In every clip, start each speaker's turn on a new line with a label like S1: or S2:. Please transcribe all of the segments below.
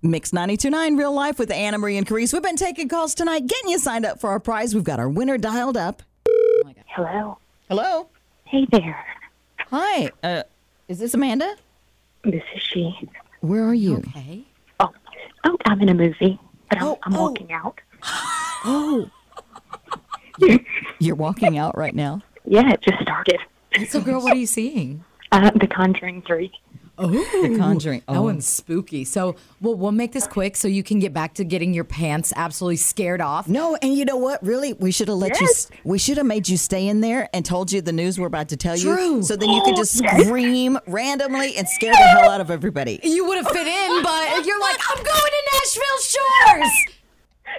S1: Mix 929 Real Life with Anna Marie and Carice. We've been taking calls tonight, getting you signed up for our prize. We've got our winner dialed up.
S2: Hello.
S1: Hello.
S2: Hey there.
S1: Hi. Uh, is this Amanda?
S2: This is she.
S1: Where are you?
S3: Okay.
S2: Oh, oh I'm in a movie, but I'm,
S1: Oh,
S2: I'm
S1: oh.
S2: walking out.
S1: You're walking out right now.
S2: Yeah, it just started.
S3: So, girl, what are you seeing?
S2: Uh, the Conjuring 3.
S3: Oh,
S1: Conjuring.
S3: That one's spooky. So, well, we'll make this quick so you can get back to getting your pants absolutely scared off.
S1: No, and you know what? Really, we should have let you. s- We should have made you stay in there and told you the news we're about to tell you,
S3: True.
S1: so then you could just scream randomly and scare the hell out of everybody.
S3: You would have fit in, but you're like, I'm going to Nashville Shores.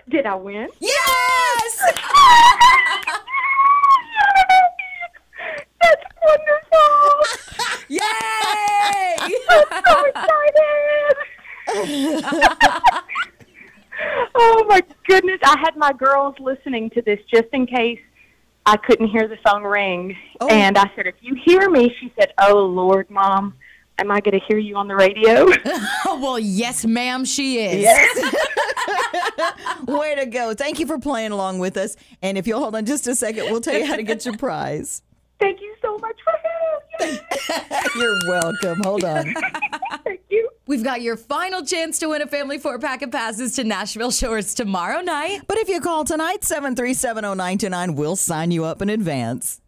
S2: Did I win?
S3: Yes.
S2: That's wonderful.
S3: Yay.
S2: so excited. oh, my goodness. I had my girls listening to this just in case I couldn't hear the phone ring. And I said, if you hear me, she said, oh, Lord, Mom, am I going to hear you on the radio?
S3: Oh, well, yes, ma'am, she is.
S1: Way to go! Thank you for playing along with us. And if you'll hold on just a second, we'll tell you how to get your prize.
S2: Thank you so much for having me.
S1: You're welcome. Hold on.
S2: Thank you.
S3: We've got your final chance to win a family four pack of passes to Nashville Shores tomorrow night.
S1: oh But if you call tonight, 7370929, we'll sign you up in advance.